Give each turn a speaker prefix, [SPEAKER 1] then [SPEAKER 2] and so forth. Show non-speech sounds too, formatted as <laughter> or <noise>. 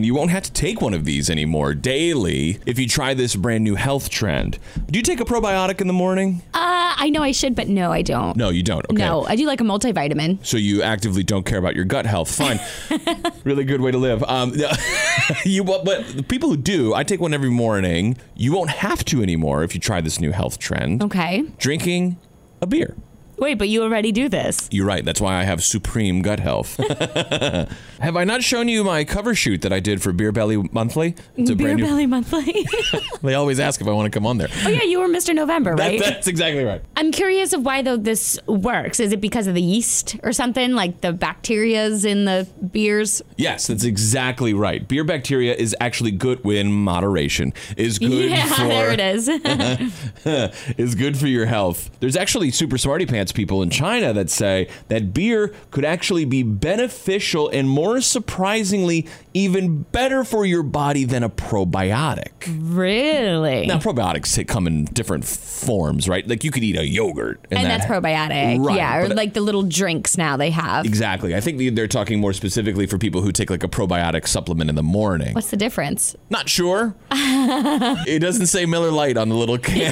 [SPEAKER 1] You won't have to take one of these anymore daily if you try this brand new health trend. Do you take a probiotic in the morning?
[SPEAKER 2] Uh, I know I should, but no, I don't.
[SPEAKER 1] No, you don't. Okay.
[SPEAKER 2] No, I do like a multivitamin.
[SPEAKER 1] So you actively don't care about your gut health.
[SPEAKER 2] <laughs>
[SPEAKER 1] Fine. really good way to live. Um, <laughs> you but, but the people who do, I take one every morning. You won't have to anymore if you try this new health trend.
[SPEAKER 2] Okay.
[SPEAKER 1] Drinking a beer.
[SPEAKER 2] Wait, but you already do this.
[SPEAKER 1] You're right. That's why I have supreme gut
[SPEAKER 2] <laughs>
[SPEAKER 1] health. have I not shown you my cover shoot that I did for Beer Belly Monthly? It's a
[SPEAKER 2] Beer
[SPEAKER 1] brand new.
[SPEAKER 2] Belly Monthly. <laughs>
[SPEAKER 1] They always ask if I want to come on there.
[SPEAKER 2] oh yeah, you were Mr. November,
[SPEAKER 1] That-
[SPEAKER 2] right?
[SPEAKER 1] that's exactly right.
[SPEAKER 2] I'm curious of why though this works. Is it because of the yeast or something? Like the bacteria's in the beers?
[SPEAKER 1] Yes, that's exactly right. Beer bacteria is actually good when moderation is good
[SPEAKER 2] <laughs> yeah,
[SPEAKER 1] for
[SPEAKER 2] there it is.
[SPEAKER 1] <laughs> is good for your health. There's actually super smarty pants people in China that say that beer could actually be beneficial and more surprisingly even better for your body than a probiotic.
[SPEAKER 2] really?
[SPEAKER 1] Now probiotics they come in different forms, right? Like you could eat a yogurt and,
[SPEAKER 2] and
[SPEAKER 1] that-
[SPEAKER 2] that's probiotic.
[SPEAKER 1] Right,
[SPEAKER 2] yeah, or
[SPEAKER 1] but- uh,
[SPEAKER 2] like the little drinks now they have.
[SPEAKER 1] Exactly. I think they're talking more specifically for people who take like a probiotic supplement in the morning.
[SPEAKER 2] What's the difference?
[SPEAKER 1] Not sure. it doesn't say Miller Lite on the little can.